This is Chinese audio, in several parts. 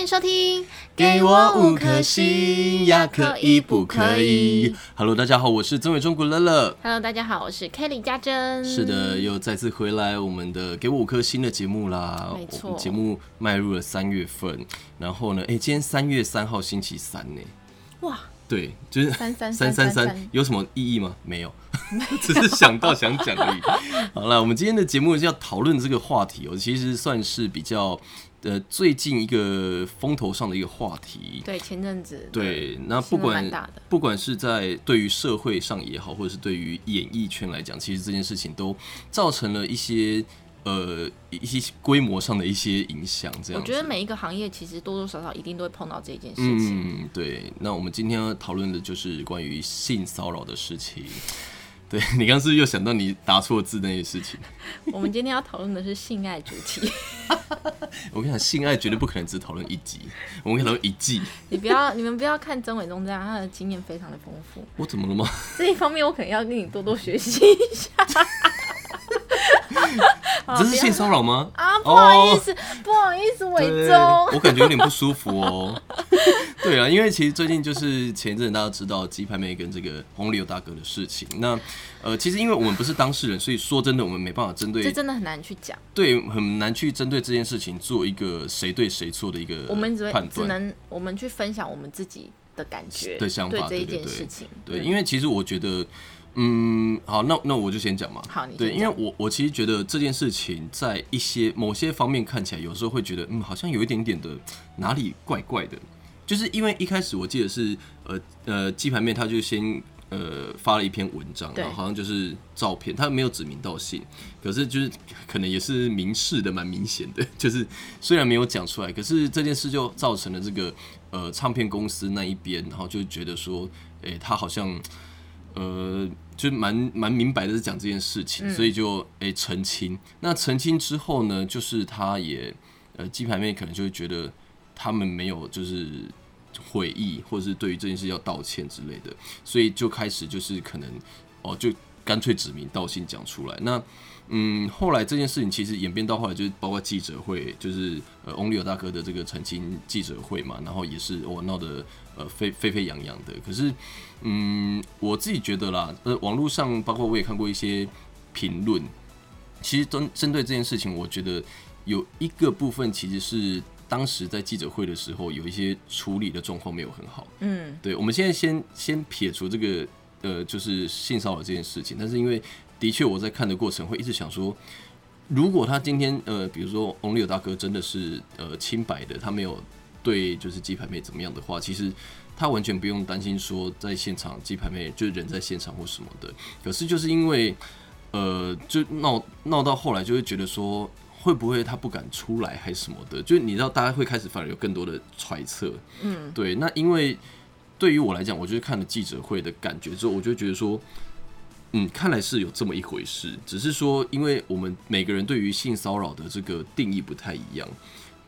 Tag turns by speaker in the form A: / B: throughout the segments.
A: 迎收听，
B: 给我五颗星呀，可以不可以？Hello，大家好，我是曾伟中古乐乐。
A: ？Hello，大家好，我是 Kelly 家珍。
B: 是的，，又再次回来我们的给我五颗星的节目啦。
A: 没错
B: 我们节目迈入了三月份，然后呢，哎、今天三月三号星期三呢。
A: 哇，
B: 对，就是
A: 三三
B: 三
A: 三
B: 三
A: 三
B: 三
A: 三，
B: 有什么意义吗？没有， 只是想到想讲而已。 好了，我们今天的节目是要讨论这个话题哦、其实算是比较呃最近一个风头上的一个话题。
A: 对，前阵子，
B: 对，那不
A: 新闻
B: 管
A: 蛮大的
B: 不管是在对于社会上也好，或者是对于演艺圈来讲，其实这件事情都造成了一些呃一一些规模上的一些影响。这
A: 我
B: 样子，
A: 觉得每一个行业其实多多少少一定都会碰到这件事情。
B: 嗯，对。那我们今天要讨论的就是关于性骚扰的事情。 对你刚刚是不是又想到你打错字那些事情？
A: 我们今天要讨论的是性爱主题，
B: 我跟你讲，性爱绝对不可能只讨论一集，我们可以讨论一季。
A: 你不要，你们不要看曾伟忠这样，他的经验非常的丰富，
B: 我怎么了吗？
A: 这一方面我可能要跟你多多学习一下。好
B: 这是
A: 不要
B: 性骚扰吗？
A: 啊，不好意
B: 哦
A: 思，不好意思，伟
B: 对
A: 忠。
B: 我感觉有点不舒服 哦。对啊，因为其实最近就是前一阵大家知道鸡排妹跟这个红柳大哥的事情。那呃，其实因为我们不是当事人，所以说真的我们没办法针
A: 这
B: 对
A: 真的很难去讲，
B: 对很难去针对这件事情做一个谁对谁错的一个
A: 我们只会
B: 判
A: 只
B: 断。
A: 能我们去分享我们自己的感觉，
B: 的想法
A: 这一
B: 对对
A: 件
B: 对
A: 事情，嗯
B: 对，因为其实我觉得，嗯，好，那那我就先讲嘛。
A: 好你先
B: 对，因为
A: 讲
B: 我我其实觉得这件事情在一些某些方面看起来，有时候会觉得，嗯，好像有一点点的哪里怪怪的，就是因为一开始我记得是呃呃鸡排妹，她就先。呃，发了一篇文章，
A: 对
B: 然后好像就是照片，她没有指名道姓，可是就是可能也是明示的，蛮明显的， 就是虽然没有讲出来，可是这件事就造成了这个呃唱片公司那一边，然后就觉得说，诶、他好像呃，就蛮蛮明白的是讲这件事情，所以就诶、澄清。那澄清之后呢，就是他也呃鸡排妹可能就会觉得他们没有就是悔意，或者是对于这件事要道歉之类的，所以就开始就是可能哦就干脆指名道姓讲出来。那嗯，后来这件事情其实演变到后来，就是包括记者会，就是呃翁立友大哥的这个澄清记者会嘛，然后也是我闹得呃沸沸沸扬扬的。可是嗯，我自己觉得啦，呃，网络上包括我也看过一些评论，其实针针对这件事情，我觉得有一个部分其实是当时在记者会的时候有一些处理的状况没有很好。
A: 嗯，
B: 对，我们现在先先撇除这个呃，就是性骚扰这件事情，但是因为的确我在看的过程会一直想说，如果他今天呃，比如说翁立友大哥真的是呃清白的，他没有对就是鸡排妹怎么样的话，其实他完全不用担心说在现场鸡排妹就是人在现场或什么的。可是就是因为呃，就闹闹到后来就会觉得说。会不会他不敢出来还是什么的？就是你知道，大家会开始反而有更多的揣测。嗯，对。那因为对于我来讲，我就是看了记者会的感觉之后，我就觉得说，嗯，看来是有这么一回事，只是说，因为我们每个人对于性骚扰的这个定义不太一样，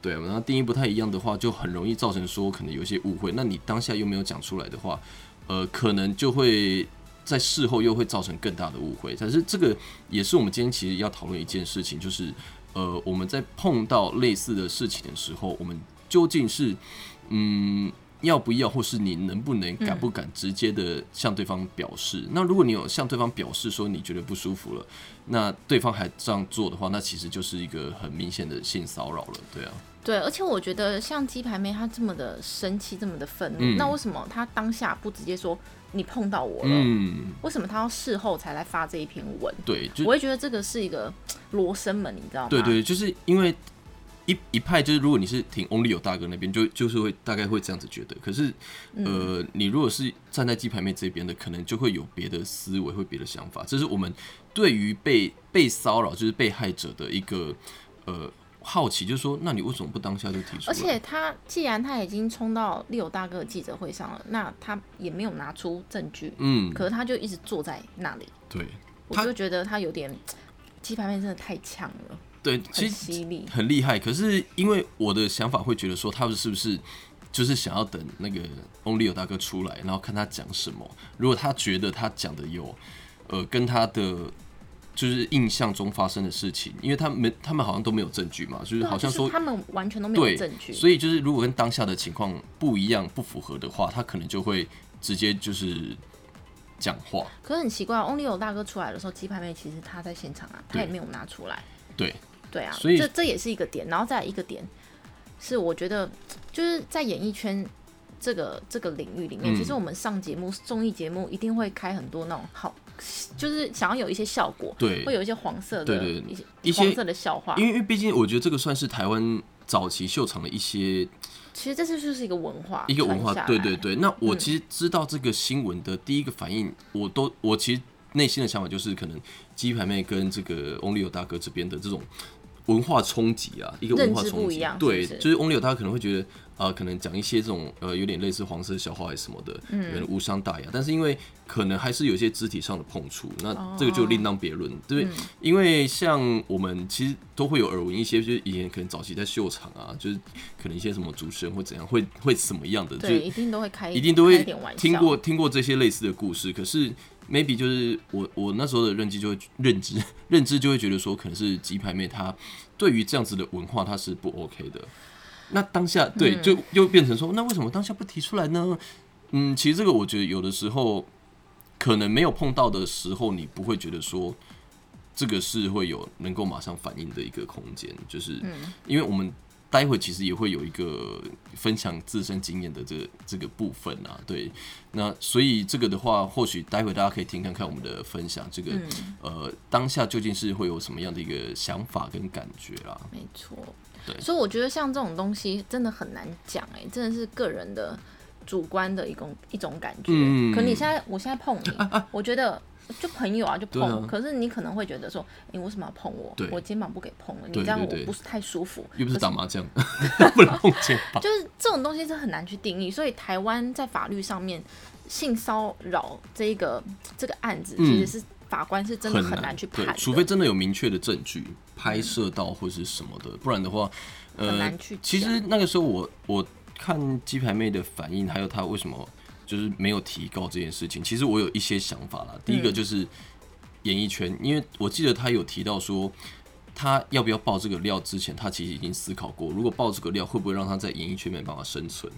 B: 对啊，然后定义不太一样的话，就很容易造成说可能有一些误会。那你当下又没有讲出来的话，呃，可能就会在事后又会造成更大的误会。但是这个也是我们今天其实要讨论一件事情，就是呃，我们在碰到类似的事情的时候，我们究竟是嗯。要不要，或是你能不能、敢不敢直接的向对方表示？那如果你有向对方表示说你觉得不舒服了，那对方还这样做的话，那其实就是一个很明显的性骚扰了，对啊。
A: 对，而且我觉得像鸡排妹她这么的生气，这么的愤怒，
B: 嗯
A: 那为什么她当下不直接说你碰到我了？
B: 嗯，
A: 为什么她要事后才来发这一篇文？
B: 对，就
A: 我会觉得这个是一个罗生门，你知道吗？
B: 对对，就是因为一一派就是，如果你是挺 Only 有大哥那边，就就是会大概会这样子觉得。可是，
A: 嗯
B: 呃，你如果是站在鸡排妹这边的，可能就会有别的思维，会别的想法。这是我们对于被被骚扰，就是被害者的一个呃好奇，就是说，那你为什么不当下就提出
A: 而
B: 来？
A: 且他既然他已经冲到六大哥的记者会上了，那他也没有拿出证据，
B: 嗯，
A: 可是他就一直坐在那里，
B: 对
A: 我
B: 他
A: 就觉得他有点鸡排妹真的太呛了，
B: 对，
A: 很
B: 其实
A: 犀利。
B: 很厉害，可是因为我的想法会觉得说，他们是不是就是想要等那个 Only 有大哥出来，然后看他讲什么？如果他觉得他讲的有，呃，跟他的就是印象中发生的事情，因为他们他们好像都没有证据嘛，就是
A: 对啊
B: 好像
A: 就
B: 说
A: 是他们完全都没
B: 对
A: 有证据，
B: 所以就是如果跟当下的情况不一样、不符合的话，他可能就会直接就是讲话。
A: 可是很奇怪，Only 有大哥出来的时候，鸡排妹其实她在现场啊，她
B: 对
A: 也没有拿出来。
B: 对，
A: 对啊，
B: 所以
A: 这这也是一个点，然后再来一个点是，我觉得就是在演艺圈这个这个领域里面，
B: 嗯
A: 其实我们上节目、综艺节目一定会开很多那种好，就是想要有一些效果，
B: 对
A: 会有一些黄色的
B: 对对对
A: 一些
B: 一些
A: 黄色的笑话
B: 因。为因为毕竟我觉得这个算是台湾早期秀场的一些
A: 其实这是就是一个文化，
B: 一个文化
A: 传下。来嗯
B: 对对，对，那我其实知道这个新闻的第一个反应，我都我其实内心的想法就是，可能鸡排妹跟这个 Only 有大哥这边的这种。文化冲击啊，一个文化
A: 认知
B: 冲
A: 不
B: 击
A: 一样，
B: 对，
A: 是不是
B: 就是 Only 有大哥可能会觉得，呃，可能讲一些这种呃有点类似黄色笑话还是什么的，可能无伤大雅，但是因为可能还是有一些肢体上的碰触，那这个就另当别论。对，因为像我们其实都会有耳闻一些，就是以前可能早期在秀场啊，就是可能一些什么主持人会怎样，会会怎么样的，就
A: 对，
B: 是
A: 一定都会开，
B: 一定都
A: 开
B: 会
A: 一点玩笑
B: 听过听过这些类似的故事，可是 maybe 就是我我那时候的认知就会认知认知就会觉得说，可能是鸡排妹她对于这样子的文化她是不 OK 的。那当下对
A: 嗯
B: 就又变成说，那为什么当下不提出来呢？嗯，其实这个我觉得有的时候可能没有碰到的时候，你不会觉得说这个是会有能够马上反应的一个空间，就是
A: 嗯
B: 因为我们待会其实也会有一个分享自身经验的这个这个部分啊，对，那所以这个的话，或许待会大家可以听看看我们的分享，这个、
A: 嗯
B: 呃当下究竟是会有什么样的一个想法跟感觉啊啦，
A: 没错，
B: 对
A: 所以我觉得像这种东西真的很难讲，哎，真的是个人的主观的一种一种感觉。
B: 嗯啊
A: 可你现在，我现在碰 你，我觉得就朋友啊，就碰。
B: 对啊
A: 可是你可能会觉得说，你为什么要碰我
B: 对？
A: 我肩膀不给碰了，你
B: 对
A: 这样我
B: 对对
A: 不是太舒服。
B: 又不是打麻将， 不能碰肩膀，
A: 就是这种东西是很难去定义，所以台湾在法律上面性骚扰这一个这个案子，
B: 嗯
A: 其实是法官是真的很
B: 难
A: 难去判
B: 对
A: 的，
B: 除非真的有明确的证据拍摄到或是什么的，不然的话，呃，
A: 很难去讲
B: 其实那个时候我我看鸡排妹的反应，还有她为什么就是没有提高这件事情，其实我有一些想法啦。
A: 嗯
B: 第一个就是演艺圈，因为我记得她有提到说。她要不要爆这个料之前，她其实已经思考过，如果爆这个料会不会让她在演艺圈没办法生存。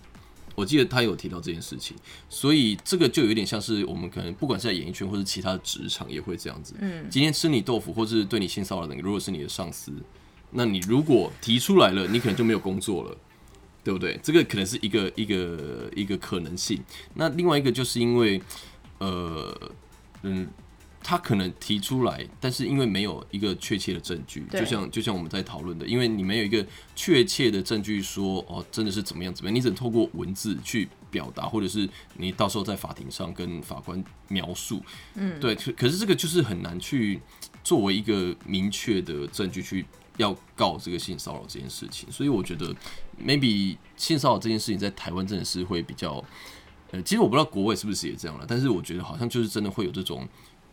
B: 我记得她有提到这件事情，所以这个就有点像是我们可能不管是在演艺圈或是其他的职场也会这样子。嗯，今天吃你豆腐或是对你性骚扰的人，如果是你的上司，那你如果提出来了，你可能就没有工作了。对不对？这个可能是一个一个一个可能性。那另外一个就是因为，呃，嗯，他可能提出来，但是因为没有一个确切的证据，
A: 对
B: 就像就像我们在讨论的，因为你没有一个确切的证据说哦，真的是怎么样怎么样，你只能透过文字去表达，或者是你到时候在法庭上跟法官描述，嗯，对。可可是这个就是很难去作为一个明确的证据去要告这个性骚扰这件事情，所以我觉得 maybe 性骚扰这件事情在台湾真的是会比较，呃，其实我不知道国外是不是也这样了，但是我觉得好像就是真的会有这种，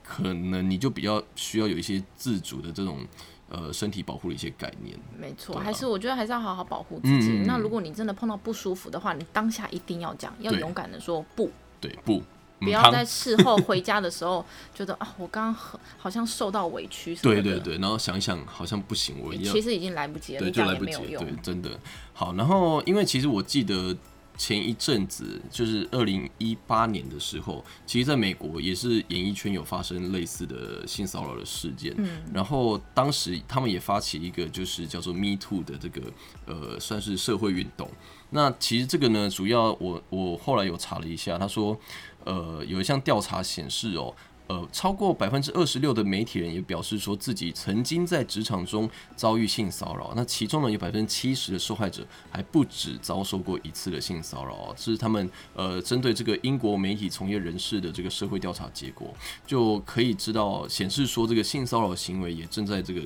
B: 可能你就比较需要有一些自主的这种呃身体保护的一些概念。
A: 没错，
B: 对啊
A: 还是我觉得还是要好好保护自己。
B: 嗯嗯嗯
A: 那如果你真的碰到不舒服的话，你当下一定要讲，要
B: 对
A: 勇敢的说不，
B: 对，不，嗯
A: 不
B: 不
A: 要在事后回家的时候觉得啊，我刚刚很好像受到委屈什么
B: 对
A: 的。
B: 对对，然后想一想好像不行，我一定要
A: 其实已经来不及了，
B: 对，
A: 你
B: 就
A: 讲
B: 来
A: 也
B: 不
A: 没
B: 及
A: 有
B: 了，
A: 用
B: 对。，真的好。然后，因为其实我记得前一阵子，就是二零一八年的时候，其实在美国也是演艺圈有发生类似的性骚扰的事件。嗯，然后当时他们也发起一个就是叫做 Me Too 的这个呃，算是社会运动。那其实这个呢，主要我我后来有查了一下，他说，呃，有一项调查显示哦，呃，超过百分之二十六的媒体人也表示说自己曾经在职场中遭遇性骚扰。那其中呢，有百分之七十的受害者还不止遭受过一次的性骚扰哦，这是他们呃针对这个英国媒体从业人士的这个社会调查结果，就可以知道显示说这个性骚扰行为也正在这个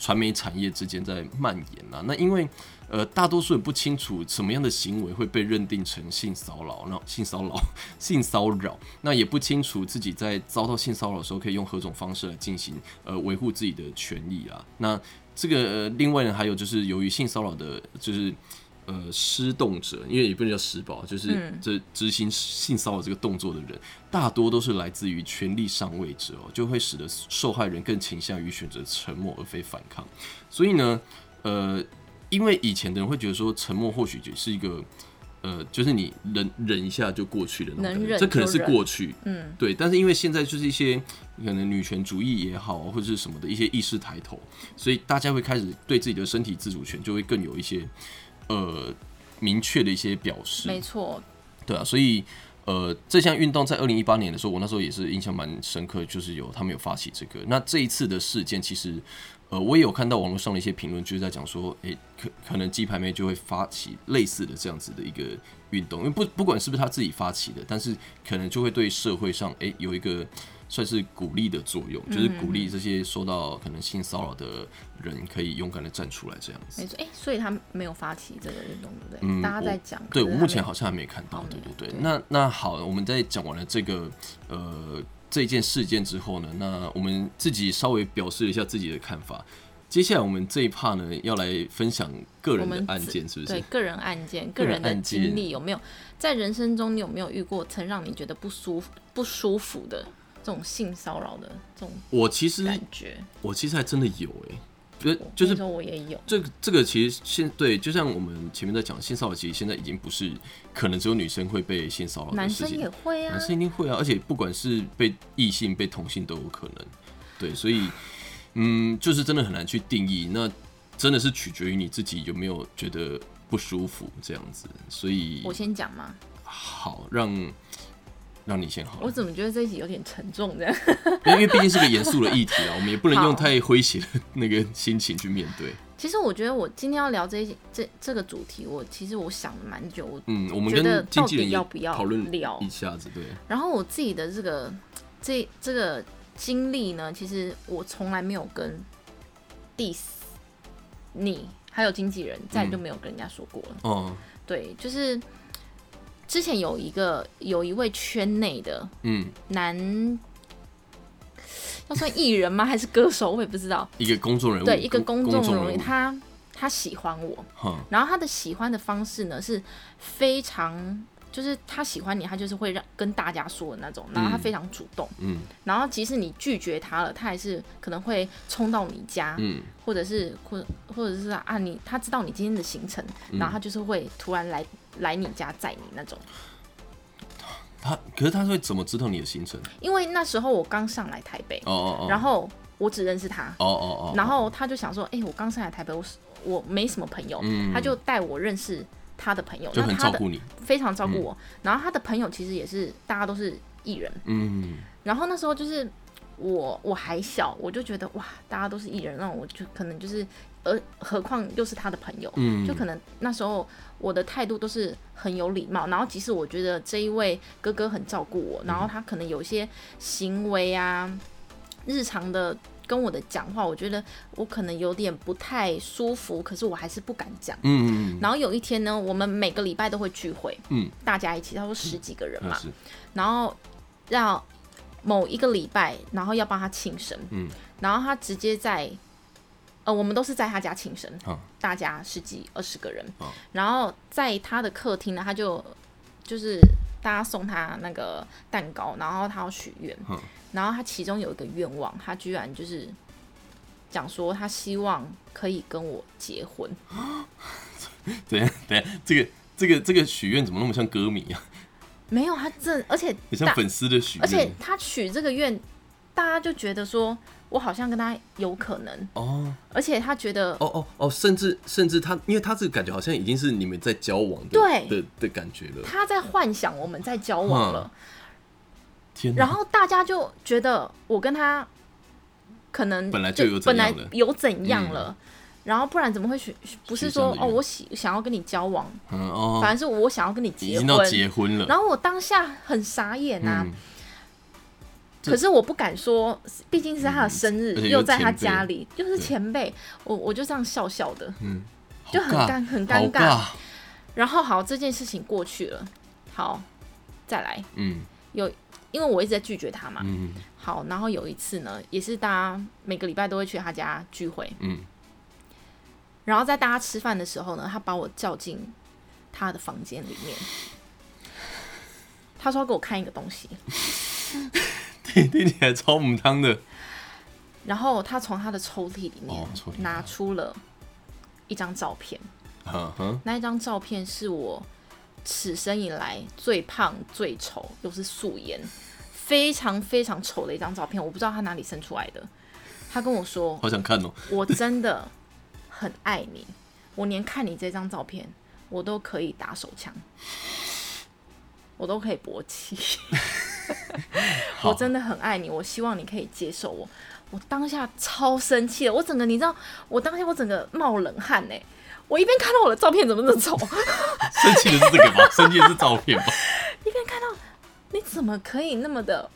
B: 传媒产业之间在蔓延啊。那因为呃，大多数人不清楚什么样的行为会被认定成性骚扰，那性骚扰 性骚扰，那也不清楚自己在遭到性骚扰的时候可以用何种方式来进行呃维护自己的权益啊。那这个、呃、另外呢，还有就是由于性骚扰的，就是呃施动者，因为也不能叫施暴，就是
A: 嗯
B: 这执行性骚扰这个动作的人，大多都是来自于权力上位者哦，就会使得受害人更倾向于选择沉默而非反抗。所以呢，呃，因为以前的人会觉得说沉默或许只是一个。呃，就是你忍忍一下就过去的那种
A: 能
B: 感觉，
A: 忍
B: 这可能
A: 就是忍
B: 过去，
A: 嗯，
B: 对，但是因为现在就是一些可能女权主义也好，或者是什么的一些意识抬头，所以大家会开始对自己的身体自主权就会更有一些呃明确的一些表示。
A: 没错，
B: 对啊，所以呃，这项运动在二零一八年的时候，我那时候也是印象蛮深刻，就是有他们有发起这个。那这一次的事件，其实呃，我也有看到网络上的一些评论，就是在讲说，诶、可可能鸡排妹就会发起类似的这样子的一个运动，因为不不管是不是她自己发起的，但是可能就会对社会上诶、有一个。算是鼓励的作用，就是鼓励这些受到可能性骚扰的人可以勇敢的站出来，这样子
A: 没。错。哎、所以他没有发起这个运动，对不对？
B: 嗯
A: 大家在讲，
B: 对
A: 可
B: 我
A: 是他
B: 目前
A: 没
B: 好像还没看到
A: 哦，
B: 对对对。
A: 对
B: 那那好，我们在讲完了这个呃这件事件之后呢，那我们自己稍微表示一下自己的看法。接下来我们这一趴呢，要来分享个人
A: 我
B: 的
A: 们
B: 案
A: 自
B: 件，是不
A: 对
B: 是？
A: 个人案件、个
B: 个人
A: 人的
B: 案件
A: 经历有没有在人生中，你有没有遇过曾让你觉得不舒服、不舒服的这种性骚扰的这种
B: 我其实
A: 感觉？
B: 我其实还真的有诶、就
A: 我跟你
B: 就是
A: 说我也有，
B: 这个这个其实现对，就像我们前面在讲性骚扰，其实现在已经不是可能只有女生会被性骚扰的
A: 男
B: 事
A: 生
B: 情，
A: 也会啊
B: 男，生一定会啊，而且不管是被异性、被同性都有可能。对，所以嗯，就是真的很难去定义。那真的是取决于你自己有没有觉得不舒服这样子。所以
A: 我先讲嘛，
B: 好让。让你先好
A: 我
B: 了，
A: 怎么觉得这一集有点沉重这样？
B: 因为因为毕竟是个严肃的议题啊，我们也不能
A: 好
B: 用太诙谐的那个心情去面对。
A: 其实我觉得我今天要聊这一这这个主题，我其实我想了蛮久，我
B: 嗯，我们
A: 觉得
B: 跟经
A: 到
B: 纪人
A: 底
B: 也
A: 要不要
B: 讨论
A: 聊
B: 一下子，对，
A: 然后我自己的这个这这个经历呢，其实我从来没有跟 diss 你还有经纪人，再也就没有跟人家说过了。
B: 哦，
A: 对，就是之前有一个有一位圈内的
B: 嗯，
A: 男，要算艺人吗？还是歌手？我也不知道。
B: 一个公众人物，
A: 对，一个公
B: 公
A: 众
B: 众
A: 人
B: 人
A: 物，
B: 物，
A: 他他喜欢我，
B: 哈，
A: 然后他的喜欢的方式呢是非常，就是他喜欢你，他就是会让跟大家说的那种，然后他
B: 嗯
A: 非常主动，
B: 嗯
A: 然后即使你拒绝他了，他还是可能会冲到你家，
B: 嗯
A: 或者是或或者是啊你他知道你今天的行程，然后他就是会突然来来你家载你那种，
B: 他可是他会怎么知道你的行程？
A: 因为那时候我刚上来台北，
B: 哦哦哦，
A: 然后我只认识他，
B: 哦哦哦，
A: 然后他就想说，哎、我刚上来台北，我是我没什么朋友，
B: 嗯
A: 他就带我认识他的朋友，
B: 就很
A: 那他
B: 照
A: 的
B: 顾嗯你，
A: 非常照顾我。然后他的朋友其实也是大家都是艺人，
B: 嗯
A: 然后那时候就是我我还小，我就觉得哇，大家都是艺人，那我就可能就是，而何况又是他的朋友，
B: 嗯，
A: 就可能那时候我的态度都是很有礼貌，然后即使我觉得这一位哥哥很照顾我，
B: 嗯
A: 然后他可能有一些行为啊，日常的跟我的讲话，我觉得我可能有点不太舒服，可是我还是不敢讲。
B: 嗯嗯
A: 然后有一天呢，我们每个礼拜都会聚会，
B: 嗯，
A: 大家一起，他说十几个人
B: 嗯
A: 嘛，
B: 是
A: 然后让某一个礼拜，然后要帮他庆生，
B: 嗯，
A: 然后他直接在，呃，我们都是在他家庆生，
B: 啊
A: 大家十几二十个人，
B: 啊
A: 然后在他的客厅呢，他就就是大家送他那个蛋糕，然后他要许愿，
B: 嗯
A: 然后他其中有一个愿望，他居然就是讲说他希望可以跟我结婚，
B: 等一下等一下，这个这个这个许愿怎么那么像歌迷啊？
A: 没有，他真而且
B: 很像
A: 大
B: 粉丝的许
A: 而且
B: 愿
A: 他许这个愿，大家就觉得说我好像跟他有可能，
B: 哦
A: 而且他觉得、
B: 哦哦哦，甚至甚至他，因为他这个感觉好像已经是你们在交往的
A: 对
B: 的的感觉了，
A: 他在幻想我们在交往
B: 嗯
A: 了，
B: 天哪，
A: 然后大家就觉得我跟他可能
B: 本来就有怎
A: 本
B: 样
A: 来
B: 了
A: 有怎样了。然后不然怎么会许？不是
B: 许这样
A: 说
B: 的
A: 哦，
B: 愿
A: 我喜想要跟你交往，
B: 嗯哦，
A: 反正是我想要跟你
B: 已
A: 结
B: 经到
A: 婚。
B: 结婚了，
A: 然后我当下很傻眼呐、
B: 嗯这嗯
A: 可是我不敢说，毕竟是他的生日，
B: 而且又
A: 又在他
B: 前辈
A: 家里，又是
B: 对
A: 前辈，我我就这样笑笑的，
B: 嗯，
A: 就很
B: 好
A: 尴很
B: 好
A: 尴尬。
B: 尬，
A: 然后好，这件事情过去了，好，再来，
B: 嗯
A: 因为我一直在拒绝他嘛。
B: 嗯
A: 好，然后有一次呢，也是大家每个礼拜都会去他家聚会，
B: 嗯
A: 然后在大家吃饭的时候呢，他把我叫进他的房间里面，他说要给我看一个东西，
B: 听听起来超母汤的，
A: 然后他从他的抽屉里面
B: 哦抽屉
A: 拿出了一张照片，
B: 嗯哼，
A: 那一张照片是我此生以来最胖、最丑，又是素颜，非常非常丑的一张照片。我不知道他哪里生出来的。他跟我说
B: 好想看哦，：“
A: 我真的很爱你，我连看你这张照片，我都可以打手枪，我都可以勃起，
B: 好
A: 我真的很爱你，我希望你可以接受我。”我当下超生气的，我整个你知道，我当下我整个冒冷汗哎、我一边看到我的照片怎么这么丑，
B: 生气的是这个吧？生气的是照片吧？
A: 一边看到你怎么可以那么的，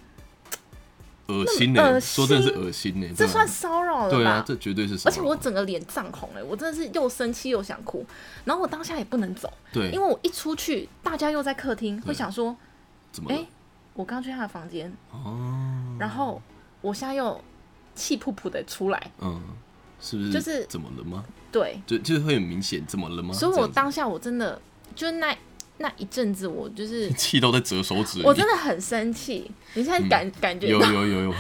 B: 恶心
A: 那么
B: 呢，
A: 恶
B: 说
A: 心
B: 真的是恶心呢，
A: 这
B: 对啊
A: 算骚扰了吧？
B: 对啊，这绝对是
A: 而
B: 骚扰，
A: 且我整个脸涨红欸了，我真的是又生气又想哭。然后我当下也不能走，
B: 对，嗯
A: 因为我一出去，大家又在客厅，会想说，
B: 怎么
A: 哎、
B: 了？
A: 我刚去他的房间，
B: 哦，
A: 然后我现在又气噗噗的出来，
B: 嗯，是不是？
A: 就是
B: 怎么了吗？
A: 对，
B: 就就会很明显，怎么了吗？
A: 所以
B: 啊这
A: 我
B: 样子
A: 当下我真的就是那那一阵子，我 就是
B: 气到在折手指，
A: 我真的很生气。你现在感、感觉
B: 嗯有
A: 到
B: 有有嗯有，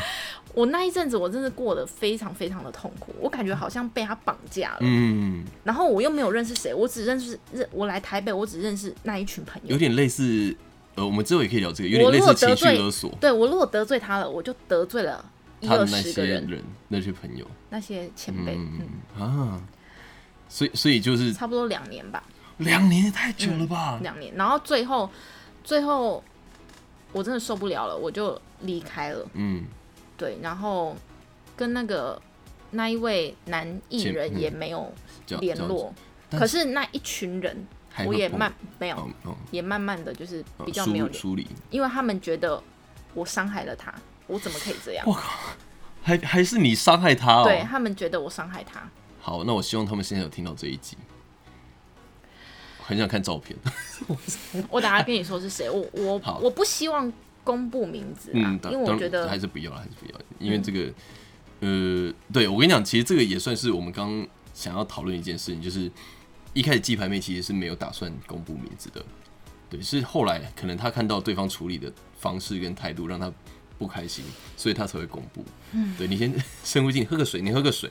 A: 我那一阵子，我真的过得非常非常的痛苦，我感觉好像被他绑架了。
B: 嗯，
A: 然后我又没有认识谁，我只认识认我来台北，我只认识那一群朋友
B: 有。点类似，呃，我们之后也可以聊这个，有
A: 我
B: 点类
A: 如果
B: 似情
A: 得
B: 绪
A: 罪
B: 勒索，
A: 对我如果得罪他了，我就得罪了一
B: 他
A: 二
B: 的那
A: 十
B: 些
A: 个人，
B: 人那些朋友，
A: 那些前辈，嗯，
B: 嗯啊，所以所以就是
A: 差不多两年吧，
B: 两年也太久了吧？
A: 嗯两年。然后最后，最后我真的受不了了，我就离开了。
B: 嗯，
A: 对，然后跟那个那一位男艺
B: 前
A: 人
B: 嗯
A: 也没有
B: 这样
A: 联
B: 这样
A: 络，
B: 嗯啊但
A: 可是那一群人
B: 还
A: 我
B: 会
A: 也
B: 碰
A: 慢没有
B: 哦哦
A: 也慢慢的就是
B: 哦
A: 比较没有
B: 梳
A: 联，
B: 梳理，
A: 因为他们觉得我伤害了他，我怎么可以这样？
B: 还还是你伤害他哦。
A: 对他们觉得我伤害他，
B: 好，那我希望他们现在有听到这一集，很想看照片。
A: 我等下跟你说是谁，我我
B: 好
A: 我不希望公布名字啊
B: 嗯，，当
A: 因为我
B: 当
A: 觉得
B: 还
A: 嗯
B: 是不要了，还是不要，因为这个，呃，对我跟你讲，其实这个也算是我们刚刚想要讨论一件事情，就是一开始鸡排妹其实是没有打算公布名字的，对，是后来可能她看到对方处理的方式跟态度让她不开心，所以她才会公布。嗯，对你先 深呼吸，喝个水，你喝个水。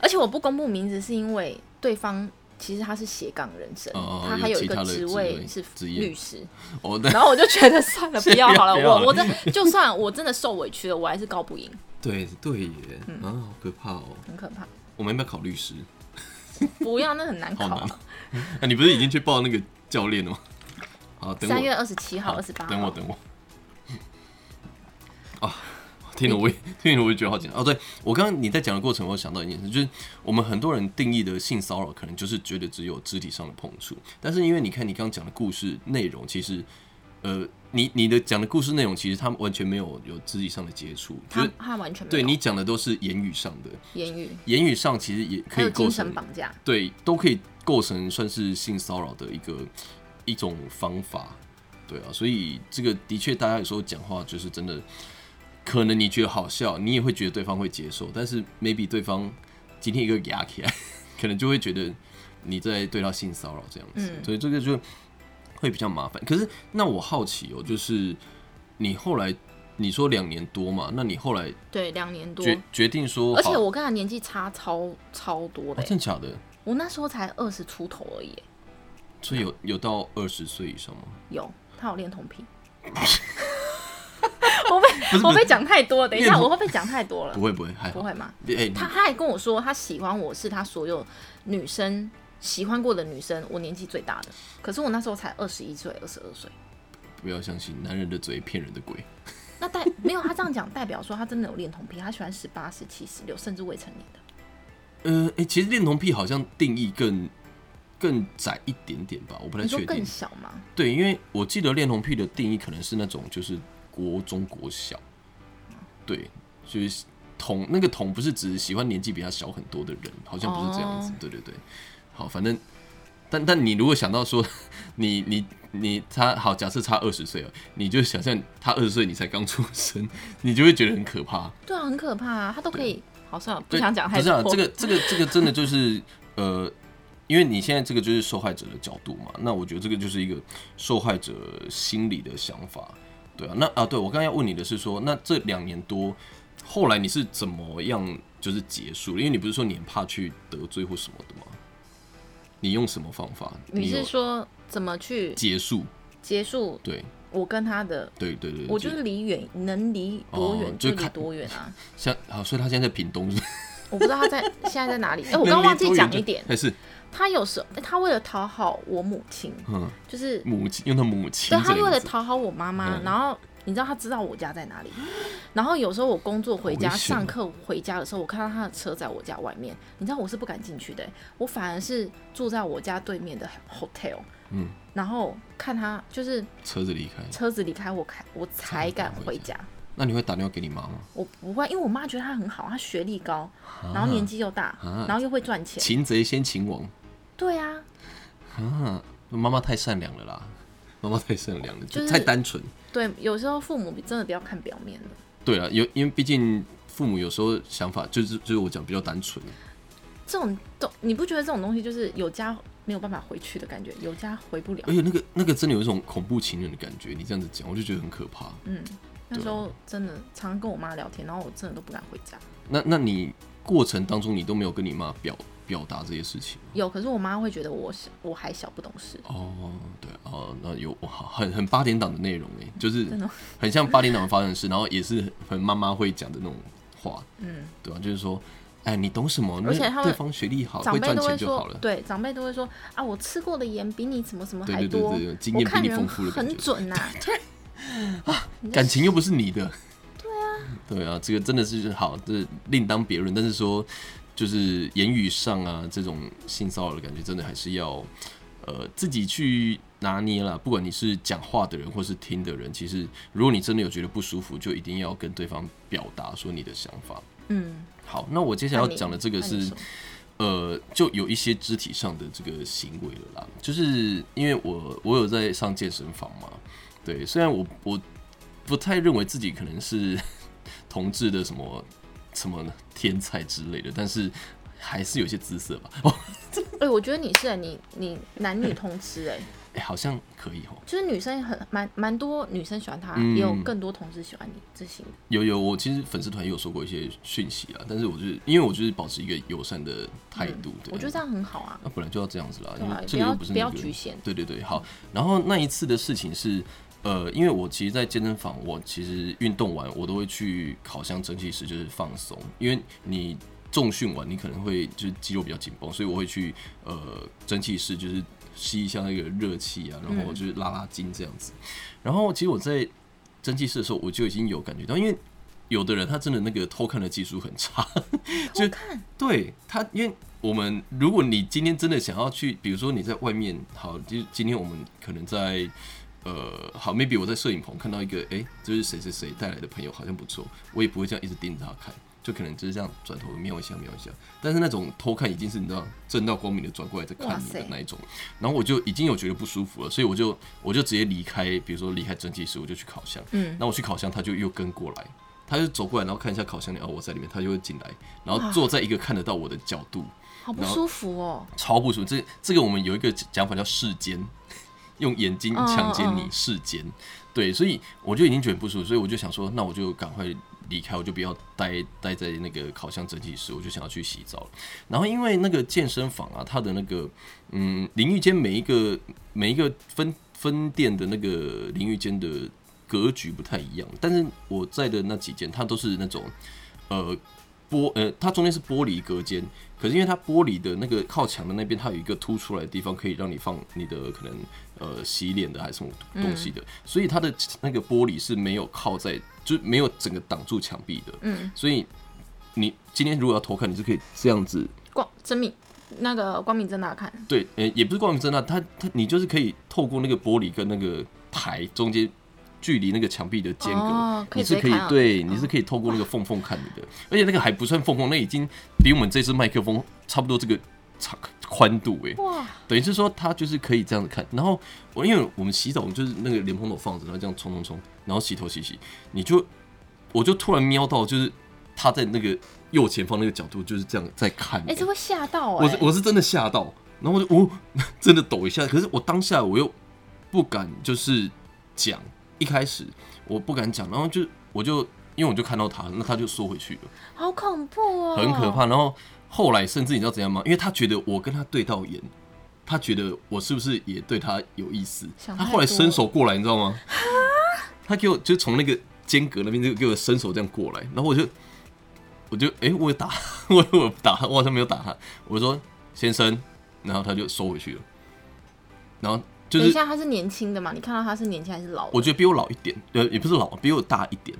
A: 而且我不公布名字是因为对方其实他是斜杠人生，
B: 哦
A: 他还
B: 有
A: 一
B: 其
A: 个
B: 他的
A: 职
B: 职
A: 位
B: 位
A: 是
B: 职业
A: 律师，
B: 哦，那
A: 然后我就觉得算了，不 要好了，
B: 不要
A: 我我这就算我真的受委屈了，我还是告不赢，
B: 对对耶，啊，好可怕哦！
A: 很可怕。
B: 我们要不要考律师？
A: 不要，那很难
B: 好
A: 考
B: 难。 啊，你不是已经去报那个教练了吗？好，等我
A: 三月二十七号、二十八
B: 等我
A: 号，
B: 等我。啊，听了 我也听了我也觉得好紧张。哦，对我刚刚你在讲的过程，我想到一件事，就是我们很多人定义的性骚扰，可能就是觉得只有肢体上的碰触，但是因为你看你刚刚讲的故事内容，其实呃，你你的讲的故事内容，其实他们完全没有有肢体上的接触，就
A: 他
B: 是
A: 他完全没有
B: 对你讲的都是言语上的，
A: 言语，
B: 言语上其实也可
A: 还有
B: 以构
A: 精
B: 成
A: 神绑架，
B: 对，都可以构成算是性骚扰的一个一种方法，对啊，所以这个的确，大家有时候讲话就是真的，可能你觉得好笑，你也会觉得对方会接受，但是 maybe 对方今天一个给他起来， 可能就会觉得你在对他性骚扰这样子，
A: 嗯
B: 所以这个就会比较麻烦。可是那我好奇哦，就是你后来你说两年多嘛，那你后来
A: 对，两年多，
B: 决决定说好，
A: 而且我跟他年纪差超超多的
B: 哦、
A: 欸、
B: 真的假的，
A: 我那时候才二十出头而已欸、
B: 所以有有到二十岁以上吗？
A: 有，他有恋童 癖。我被我被讲太多，等一
B: 恋
A: 下
B: 童
A: 我会被讲太多了
B: 不，会不会，还好
A: 不会吗？
B: 哎、你
A: 他他还跟我说，他喜欢我是他所有女生喜欢过的女生，我年纪最大的。可是我那时候才二十一岁、二十二岁，
B: 不要相信男人的嘴骗人的鬼。
A: 那代没有他这样讲，代表说他真的有恋童癖，他喜欢十八、十七、十六，甚至未成年的。
B: 呃，哎、其实恋童癖好像定义更更窄一点点吧，我不太
A: 你说
B: 确
A: 更
B: 定。
A: 小吗？
B: 对，因为我记得恋童癖的定义可能是那种就是国中国小，对，就是同那个同不是指喜欢年纪比他小很多的人，好像不是这样子。
A: 哦
B: 对对对，好，反正。但但你如果想到说 你你你他好，假设差二十岁哦，你就想象他二十岁你才刚出生， 你就会觉得很可怕。
A: 对啊，很可怕啊，他都可以。好，算了，不
B: 对
A: 想讲太
B: 不是
A: 多。
B: 啊，这个这个这个真的就是呃，因为你现在这个就是受害者的角度嘛，那我觉得这个就是一个受害者心理的想法，对啊，那啊，对我刚才要问你的是说，那这两年多后来你是怎么样就是结束了？因为你不是说你很怕去得罪或什么的吗？你用什么方法？
A: 你
B: 有
A: 是说怎么去
B: 结束？
A: 结束
B: 对
A: 我跟他的？
B: 对对对，
A: 我就是离远能离多远
B: 哦
A: 就
B: 就
A: 离
B: 看
A: 多远啊！
B: 像啊，所以他现在在屏东是不是，
A: 我不知道他在现在在哪 里。哎、我
B: 我
A: 刚忘记讲一点，
B: 还是
A: 他有时候哎他为了讨好我母亲，
B: 嗯，
A: 就是
B: 母亲用到母亲
A: 对
B: 这两个
A: 他
B: 字，
A: 为了讨好我妈妈，
B: 嗯
A: 然后你知道他知道我家在哪里，然后有时候我工作回家、
B: 好危险哦
A: 上课回家的时候，我看到他的车在我家外面，你知道我是不敢进去的、欸我反而是住在我家对面的 hotel，
B: 嗯，
A: 然后看他就是
B: 车子离开，
A: 车子离开我开，我才敢回家。
B: 那你会打电话给你妈吗？
A: 我不会，因为我妈觉得她很好，她学历高，然后年纪又大，
B: 啊
A: 然后又会赚钱。
B: 擒贼先擒王
A: 对啊，
B: 啊！妈妈太善良了啦，妈妈太善良了，
A: 就
B: 就是太单纯。
A: 对，有时候父母真的不要看表面的。
B: 对啊，有因为毕竟父母有时候想法就是就是我讲比较单纯，
A: 这种东，你不觉得这种东西就是有家没有办法回去的感觉，有家回不了
B: 而。且哎那个那个真的有一种恐怖情人的感觉。你这样子讲，我就觉得很可怕。
A: 那时候真的常常跟我妈聊天，然后我真的都不敢回家。
B: 那那你过程当中你都没有跟你妈表表达这些事情吗？
A: 有，可是我妈会觉得我小，我还小不懂事。
B: 哦，对哦，那有哇，很很八点档的内容哎，就是
A: 嗯真的吗
B: 很像八点档的发生事，然后也是很妈妈会讲的那种话，
A: 嗯，
B: 对吧、啊就是说，哎，你懂什么？
A: 而且
B: 那
A: 他们
B: 对方学历好，
A: 长
B: 哦会
A: 辈
B: 赚
A: 都会
B: 钱就好
A: 说
B: 了，。
A: 对，长辈都会说啊，我吃过的盐比你什么什么
B: 对
A: 还
B: 对对
A: 多，
B: 对对经
A: 我
B: 验比
A: 看
B: 你
A: 人
B: 丰富的感
A: 很
B: 觉
A: 准啊 呐、
B: 感情又不是你的。 对啊，对啊，这个真的是好，这另当别论。但是说，就是言语上啊，这种性骚扰的感觉，真的还是要呃自己去拿捏啦。不管你是讲话的人或是听的人，其实如果你真的有觉得不舒服，就一定要跟对方表达说你的想法。
A: 嗯，
B: 好，那我接下
A: 那
B: 来要
A: 你
B: 讲的这个
A: 那你
B: 是
A: 说
B: 呃，就有一些肢体上的这个行为了啦。就是因为我我有在上健身房嘛，对，虽然我我不太认为自己可能是 同志的什么什么天才之类的，但是还是有些姿色吧。哦，
A: 哎、我觉得你是、你你男女通吃哎、
B: 哎好像可以哦。
A: 就是女生很蛮蛮多女生喜欢他，
B: 嗯
A: 也有更多同事喜欢你这型的。
B: 有有，我其实粉丝团也有收过一些讯息啊，但是我就是因为我就是保持一个友善的态度，对
A: 嗯我觉得这样很好啊。
B: 那、本来就要这样子啦，
A: 对
B: 因为
A: 啊
B: 这
A: 不
B: 个
A: 要
B: 又不是、那个、
A: 不要局限
B: 对对对，好。然后那一次的事情是，呃，因为我其实，在健身房，我其实运动完，我都会去烤箱蒸汽室，就是放松。因为你重训完，你可能会就是肌肉比较紧绷，所以我会去呃蒸汽室，就是吸一下那个热气啊，然
A: 嗯
B: 后就是拉拉筋这样子。然后其实我在蒸汽室的时候，我就已经有感觉到，因为有的人他真的那个偷看的技术很差。
A: 偷
B: 就
A: 看，
B: 对他，因为我们如果你今天真的想要去，比如说你在外面，好，就是今天我们可能在呃，好，maybe 我在摄影棚看到一个，哎、这是谁谁谁带来的朋友，好像不错，我也不会这样一直盯着他看，就可能就是这样转头瞄一下瞄一下，但是那种偷看已经是你知道正大光明的转过来在看你
A: 哇
B: 的
A: 塞
B: 那一种，然后我就已经有觉得不舒服了，所以我就我就直接离开，比如说离开蒸汽室，我就去烤箱，
A: 嗯，
B: 那我去烤箱，他就又跟过来，他就走过来，然后看一下烤箱里，哦，我在里面，他就会进来，然后坐在一个看得到我的角度，
A: 好不舒服哦。
B: 超不舒服。这这个我们有一个讲法叫视奸， 用眼睛强奸
A: 嗯嗯
B: 你视奸，对，所以我就已经觉得不舒服，所以我就想说，那我就赶快离开，我就不要待待在那个烤箱蒸汽室，我就想要去洗澡了。然后因为那个健身房啊，它的那个嗯淋浴间每一个每一个分分店的那个淋浴间的格局不太一样，但是我在的那几间，它都是那种呃玻呃，它中间是玻璃隔间，可是因为它玻璃的那个靠墙的那边，它有一个凸出来的地方，可以让你放你的可能呃洗脸的还是什么东西的，所以它的那个玻璃是没有靠在，就是没有整个挡住墙壁的，
A: 嗯，
B: 所以你今天如果要偷看，你是可以这样子
A: 光真明那个光明正大看，
B: 对，呃、也不是光明正大，它它你就是可以透过那个玻璃跟那个台中间距离那个墙壁的间隔，
A: 哦可以
B: 你
A: 直
B: 是
A: 接
B: 可以
A: 看啊
B: 对，你是可以透过那个缝缝看你的，而且那个还不算缝缝，那已经比我们这支麦克风差不多这个长宽度哎、
A: 哇，
B: 等于是说它就是可以这样子看。然后我因为我们洗澡，我们就是那个莲蓬头放着，然后这样冲冲冲，然后洗头洗洗，你就我就突然瞄到，就是他在那个右前方那个角度就是这样在看、
A: 哎、这会吓到哎、
B: 我是我是真的吓到，然后我就哦， 真的抖一下，可是我当下我又不敢就是讲，一开始我不敢讲，然后就我就因为我就看到他，那他就缩回去了，
A: 好恐怖哦，
B: 很可怕。然后后来甚至你知道怎样吗？因为他觉得我跟他对到眼。他觉得我是不是也对他有意思？
A: 想
B: 他
A: 太
B: 后来
A: 多
B: 伸手过来，你知道吗？ 他给我就从那个间隔那边就给我伸手这样过来，然后我就我就哎、我有打 我我打他，我好像没有打他，我说先生，然后他就收回去了，然后就
A: 等一
B: 是
A: 下，他是年轻的嘛？你看到他是年轻还是老的？
B: 我觉得比我老一点，呃，也不是老，比我大一点，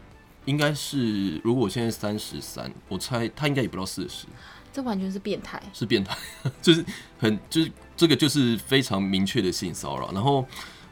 B: 应该是如果我现在三十三，我猜他应该也不到四十，
A: 这完全是变态。
B: 是变态， 就是很就是这个就是非常明确的性骚扰。然后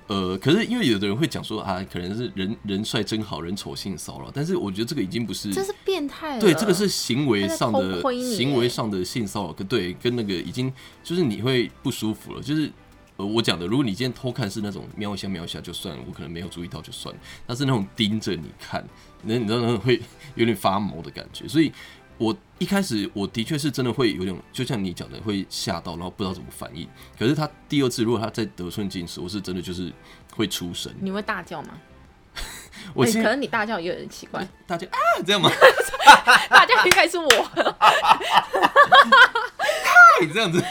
B: 呃，可是因为有的人会讲说啊，可能是人人帅真好人丑性骚扰，但是我觉得这个已经不是
A: 这是变态了。
B: 对，这个是行为上
A: 嗯他在
B: 的
A: 偷窥你
B: 行为上的性骚扰，跟对跟那个已经就是你会不舒服了，就是。呃，我讲的，如果你今天偷看是那种瞄一下瞄一下就算了，我可能没有注意到就算了，但是那种盯着你看，那你知道那种会有点发毛的感觉，所以我一开始我的确是真的会有点，就像你讲的会吓到，然后不知道怎么反应。可是他第二次如果他再得寸进尺，我是真的就是会出神，
A: 你会大叫吗？嗯
B: 我
A: 哎
B: 现
A: 可
B: 在
A: 能你大叫也有点奇怪，
B: 大家啊这样吗？
A: 大叫应该是我。
B: 这样子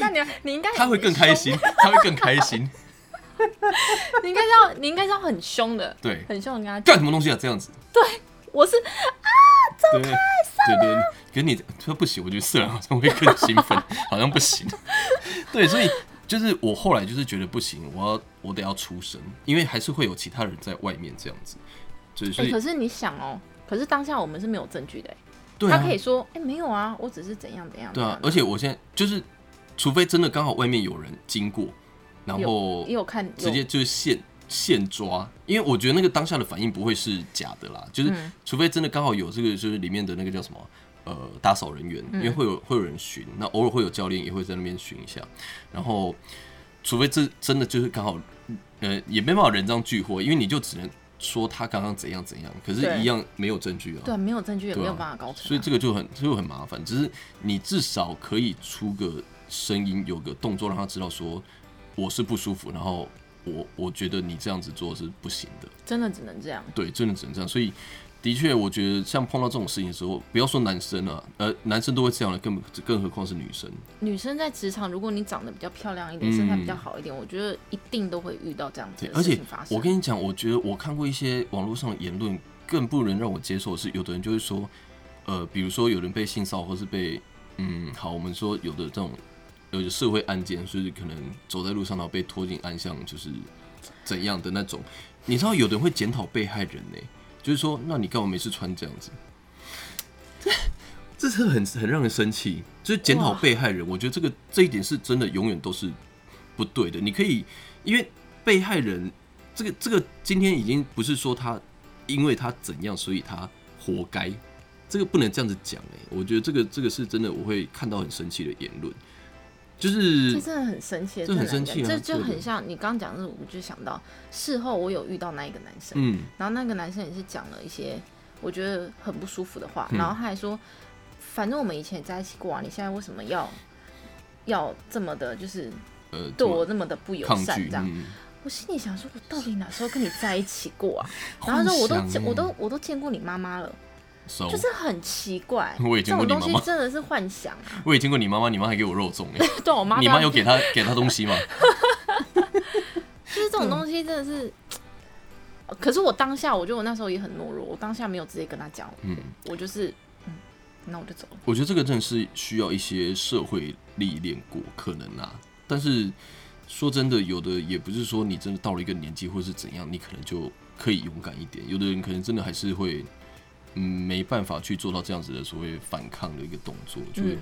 A: 那你你应该
B: 他会更开心，他会更开心，
A: 很凶，你应该是要你应该是要很凶的，
B: 对。
A: 很凶的跟他讲。
B: 干什么东西啊？这样子，
A: 我是
B: 对对对，对可是你说不行，我觉得色狼好像会更兴 奋，好像不行。对，所以就是我后来就是觉得不行，我要我得要出声，因为还是会有其他人在外面这样子，就是所
A: 哎、
B: 以、
A: 可是你想哦，可是当下我们是没有证据的、哎
B: 对
A: 他
B: 啊
A: 可以说，哎、没有啊，我只是怎样怎样。
B: 对啊，
A: 怎
B: 而
A: 样
B: 且我现在就是，除非真的刚好外面有人经过，然后
A: 也有看有
B: 直接就是现现抓，因为我觉得那个当下的反应不会是假的啦，就是
A: 嗯
B: 除非真的刚好有这个，就是里面的那个叫什么呃打扫人
A: 嗯
B: 员，因为会有会有人巡，那偶尔会有教练也会在那边巡一下，然后除非这真的就是刚好呃也没办法人赃俱获，因为你就只能说他刚刚怎样怎样，可是
A: 对
B: 一样没有证据啊，
A: 对，没有证据也
B: 对啊
A: 没有办法告成、啊。
B: 所以这个就很就很麻烦。只是你至少可以出个声音，有个动作，让他知道说我是不舒服，然后我我觉得你这样子做是不行的。
A: 真的只能这样。
B: 对，真的只能这样。所以的确，我觉得像碰到这种事情的时候，不要说男生啊，呃，男生都会这样的，更更何况是女生。
A: 女生在职场，如果你长得比较漂亮一点，
B: 嗯
A: 身材比较好一点，我觉得一定都会遇到这样子
B: 对，
A: 的
B: 而
A: 事
B: 且
A: 情发生。
B: 我跟你讲，我觉得我看过一些网络上的言论，更不能让我接受的是，有的人就会说，呃，比如说有人被性骚扰，或是被，嗯，好，我们说有的这种有的社会案件，就是可能走在路上然后被拖进暗巷，就是怎样的那种。你知道，有的人会检讨被害人呢、就是说，那你干嘛没事穿这样子？这是很很让人生气，就是检讨
A: 哇
B: 被害人，我觉得这个这一点是真的，永远都是不对的。你可以，因为被害人这个这个今天已经不是说他因为他怎样，所以他活该，这个不能这样子讲哎、我觉得这个这个是真的，我会看到很生气的言论，就是
A: 这真的很生气，
B: 这很
A: 难
B: 生气啊
A: 讲这就
B: 对的
A: 很像你刚刚讲的，我就想到事后我有遇到那一个男生，
B: 嗯
A: 然后那个男生也是讲了一些我觉得很不舒服的话，
B: 嗯
A: 然后他还说，反正我们以前也在一起过啊，你现在为什么要要这么的，就是
B: 呃
A: 对我那么的不友
B: 抗
A: 善
B: 拒，
A: 这样？
B: 嗯，
A: 我心里想说，我到底哪时候跟你在一起过啊？然后
B: 幻
A: 他说我都
B: 想
A: 见
B: 欸
A: 我都我都见过你妈妈了，
B: 熟
A: 就是很奇怪，
B: 我也
A: 这
B: 见过
A: 种东
B: 你妈
A: 西
B: 妈
A: 真的是幻想啊！
B: 我也见过你妈妈，你妈还给我肉粽哎、
A: 对 我妈，
B: 你
A: 妈
B: 妈有给她给她东西吗？
A: 就是这种东西真的是。可是我当下，我觉得我那时候也很懦弱，我当下没有直接跟他讲，
B: 嗯，
A: 我就是，嗯，那我就走了。
B: 我觉得这个真的是需要一些社会历练过，可能啊，但是说真的，有的也不是说你真的到了一个年纪或是怎样，你可能就可以勇敢一点。有的人可能真的还是会，嗯，没办法去做到这样子的所谓反抗的一个动作，就是，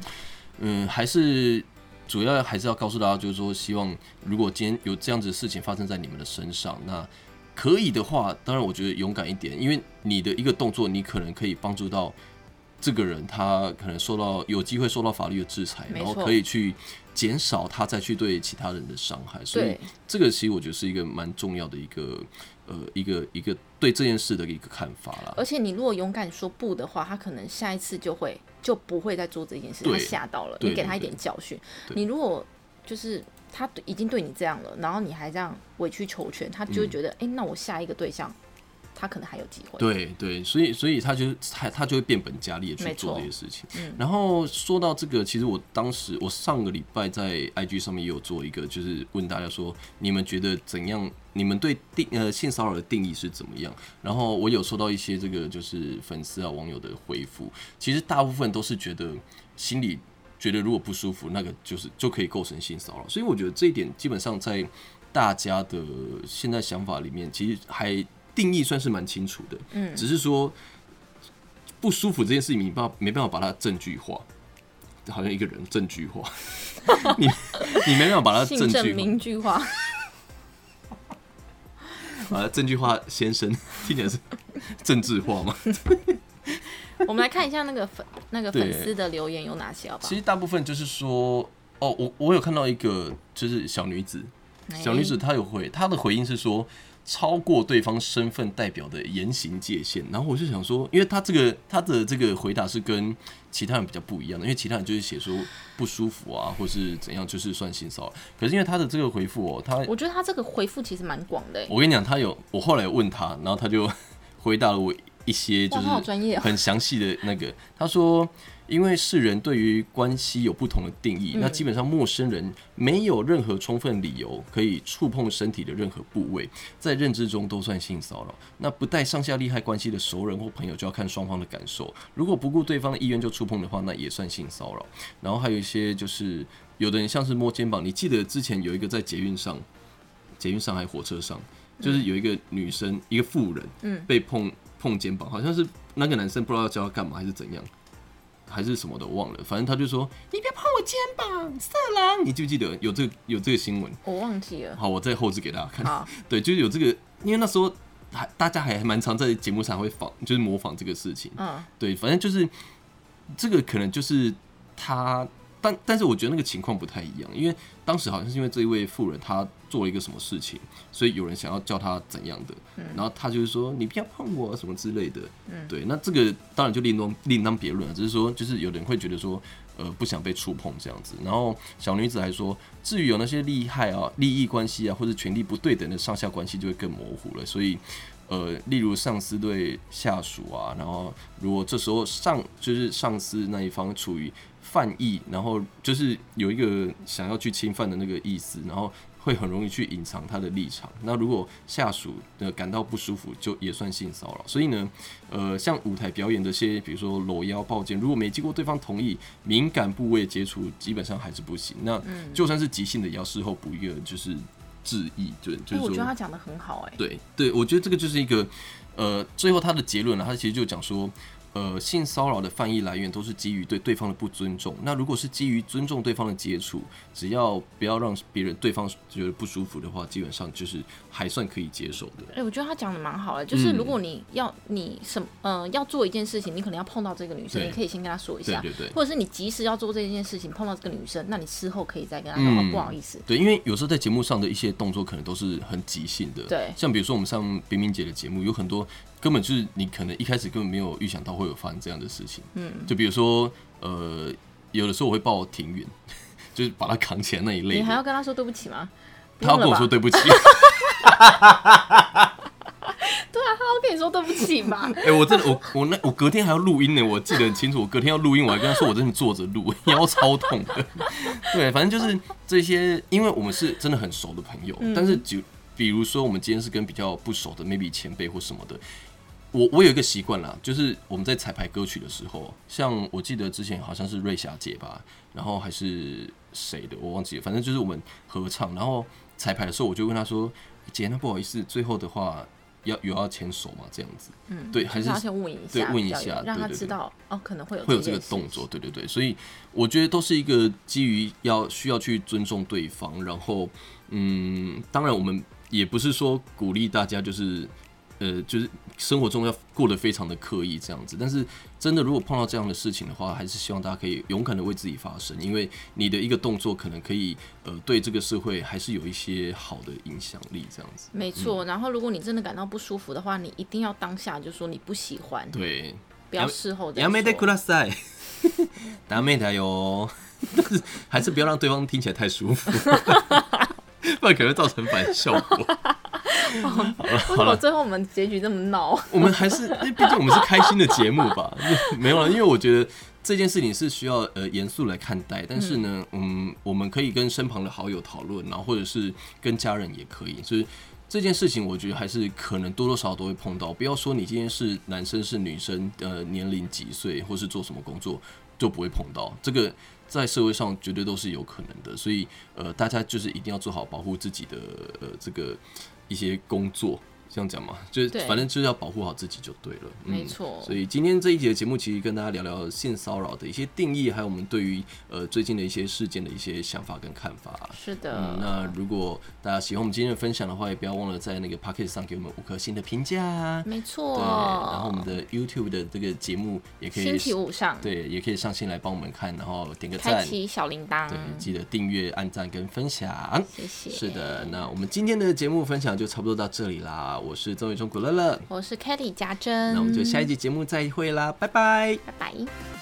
B: 嗯，还是。主要还是要告诉大家，就是说，希望如果今天有这样子的事情发生在你们的身上，那可以的话，当然我觉得勇敢一点，因为你的一个动作，你可能可以帮助到这个人，他可能受到有机会受到法律的制裁，
A: 没
B: 然
A: 错
B: 后可以去减少他再去对其他人的伤害。所以
A: 对
B: 这个其实我觉得是一个蛮重要的一个呃一个一个对这件事的一个看法啦
A: 而。且你如果勇敢说不的话，他可能下一次就会就不会再做这件事，他
B: 对
A: 吓到了，
B: 对
A: 你给他一
B: 对
A: 点教训。
B: 对
A: 你如果就是他对已经对你这样了，然后你还这样委曲求全，他就会觉得，哎、那我下一个对象，他可能还有机会。
B: 嗯对对，所以所以他就他他就会变本加厉的去
A: 没
B: 做
A: 错
B: 这些事情。
A: 嗯
B: 然后说到这个，其实我当时我上个礼拜在 IG 上面也有做一个，就是问大家说，你们觉得怎样？你们对定呃性骚扰的定义是怎么样？然后我有收到一些这个就是粉丝啊网友的回复，其实大部分都是觉得心里觉得如果不舒服，那个就是就可以构成性骚扰。所以我觉得这一点基本上在大家的现在想法里面，其实还定义算是蛮清楚的。
A: 嗯
B: 只是说不舒服这件事情，你办法没办法把它证据化，好像一个人证据化， 你你没办法把它
A: 性
B: 证
A: 证
B: 据化
A: 明句话，
B: 把它证据化先生，听起来是政治化嘛？
A: 我们来看一下那个粉那个
B: 对
A: 粉丝的留言有哪些，好不好
B: 其？实大部分就是说，哦，我我有看到一个就是小女子，
A: 哎
B: 小女子她有回，她的回应是说超过对方身份代表的言行界限。然后我就想说，因为她这个她的这个回答是跟其他人比较不一样的，因为其他人就是写说不舒服啊，或是怎样，就是算性骚扰。可是因为她的这个回复哦，她
A: 哎，我觉得他这个回复其实蛮广的、哎
B: 我跟你讲，她有我后来有问她，然后她就 回答了我一些就
A: 哇，
B: 是
A: 他好专业哦、
B: 很详细的那个，他说，因为世人对于关系有不同的定
A: 嗯
B: 义，那基本上陌生人没有任何充分理由可以触碰身体的任何部位，在认知中都算性骚扰。那不带上下利害关系的熟人或朋友，就要看双方的感受。如果不顾对方的意愿就触碰的话，那也算性骚扰。然后还有一些就是，有的人像是摸肩膀，你记得之前有一个在捷运上，捷运上还火车上，就是有一个女生，一个妇人，
A: 嗯
B: 被碰碰肩膀，好像是那个男生不知道要叫他干嘛还是怎样，还是什么的忘了，反正他就说你别碰我肩膀，色狼，你记不记得有这个有这个新闻？
A: 我忘记了。
B: 好，我在后置给大家看。
A: 好，
B: 对，就是有这个，因为那时候还大家还还蛮常在节目上会仿，就是模仿这个事情。
A: 嗯，
B: 对，反正就是这个可能就是他，但但是我觉得那个情况不太一样，因为当时好像是因为这一位妇人她做了一个什么事情，所以有人想要叫她怎样的，然后她就是说你不要碰我啊什么之类的，对，那这个当然就另当另当别论了，只是说就是有人会觉得说。呃，不想被触碰这样子，然后小女子还说，至于有那些利害啊、利益关系啊，或者权力不对等的上下关系，就会更模糊了。所以呃，例如上司对下属啊，然后如果这时候上就是上司那一方处于犯意，然后就是有一个想要去侵犯的那个意思，然后会很容易去隐藏他的立场。那如果下属呃感到不舒服，就也算性骚扰。所以呢，呃，像舞台表演这些，比如说搂腰、抱肩，如果没经过对方同意，敏感部位接触基本上还是不行。那
A: 嗯
B: 就算是即兴的，也要事后补一个就是质疑，就
A: 哎、
B: 就是
A: 我
B: 说
A: 觉得他讲的很好、哎，
B: 对对，我觉得这个就是一个，呃，最后他的结论了、他其实就讲说，呃，性骚扰的犯意来源都是基于对对方的不尊重。那如果是基于尊重对方的接触，只要不要让别人对方觉得不舒服的话，基本上就是还算可以接受的。
A: 哎、我觉得他讲的蛮好的，就是
B: 嗯
A: 如果你要你什么，呃，要做一件事情，你可能要碰到这个女生，
B: 对
A: 你可以先跟她说一
B: 对
A: 下，
B: 对对。
A: 或者是你及时要做这件事情，碰到这个女生，那你事后可以再跟她讲、哦
B: 嗯
A: 不好意思，
B: 对，因为有时候在节目上的一些动作可能都是很即兴的，
A: 对
B: 像比如说我们上冰冰姐的节目，有很多根本就是你可能一开始根本没有预想到会有发生这样的事情，嗯，就比如说呃，有的时候我会抱庭远， 就是把它扛起来那一类
A: 你
B: 的，
A: 还要跟她说对不起吗？不
B: 他要
A: 用了
B: 跟我
A: 吧
B: 说？对 不起，
A: 对啊，他要跟你说对不起吧？
B: 哎、我真的我我那我隔天还要录音呢，我记得很清楚，我隔天要录音，我还跟他说我真的坐着录，腰超痛的， 对，反正就是这些，因为我们是真的很熟的朋友，但是就比如说我们今天是跟比较不熟的，maybe 前辈或什么的，我我有一个习惯啦，就是我们在彩排歌曲的时候，像我记得之前好像是瑞霞姐吧，然后还是谁的我忘记了，反正就是我们合唱，然后彩排的时候我就问她说：“姐，那不好意思，最后的话要有要牵手吗？”这样子，嗯，对， 还
A: 就是是要先问一
B: 对
A: 下，
B: 问一
A: 比较有
B: 下
A: 让
B: 对
A: 她
B: 对
A: 知
B: 对
A: 道哦，可能会有
B: 会有这
A: 这
B: 个
A: 件事
B: 动作，，对对对，所以我觉得都是一个基于要需要去尊重对方，然后嗯，当然我们也不是说鼓励大家就是呃，就是生活中要过得非常的刻意这样子，但是真的如果碰到这样的事情的话，还是希望大家可以勇敢的为自己发声，因为你的一个动作可能可以呃对这个社会还是有一些好的影响力这样子，
A: 没错。然后如果你真的感到不舒服的话，你一定要当下就说你不喜欢，
B: 对。
A: 不要事后再
B: やめて
A: 说。
B: ください。ダメだよ。 但是还是不要让对方听起来太舒服， 不然可能会造成反效果。
A: 为什么最后我们结局这么 闹？
B: 我们还是，因为毕竟我们是开心的节目吧， 没有了。因为我觉得这件事情是需要呃严肃来看待，但是呢，嗯，我们可以跟身旁的好友讨论，然后或者是跟家人也可以，就是。这件事情，我觉得还是可能多多少少都会碰到。不要说你今天是男生是女生，呃，年龄几岁，或是做什么工作，就不会碰到。这个在社会上绝对都是有可能的，所以呃，大家就是一定要做好保护自己的呃这个一些工作，这样讲嘛，就是
A: 对
B: 反正就是要保护好自己就对了。嗯
A: 没错
B: 所以今天这一节的节目，其实跟大家聊聊性骚扰的一些定义，还有我们对于呃最近的一些事件的一些想法跟看法。
A: 是
B: 嗯，
A: 的，
B: 那如果大家喜欢我们今天的分享的话，也不要忘了在那个 p o c k e t 上给我们五颗星的评价啊。
A: 没
B: 对，
A: 错。
B: 然后我们的 YouTube 的这个节目也可以
A: 星期五上，
B: 对，也可以上线来帮我们看，然后点个
A: 开
B: 赞，
A: 启小铃铛
B: 对，，记得订阅、按赞跟分享。
A: 谢谢。
B: 是，的，那我们今天的节目分享就差不多到这里啦。我是周伟忠古乐乐，
A: 我是 Kelly 家珍，
B: 那我们就下一集节目再会啦，拜拜。
A: 拜拜。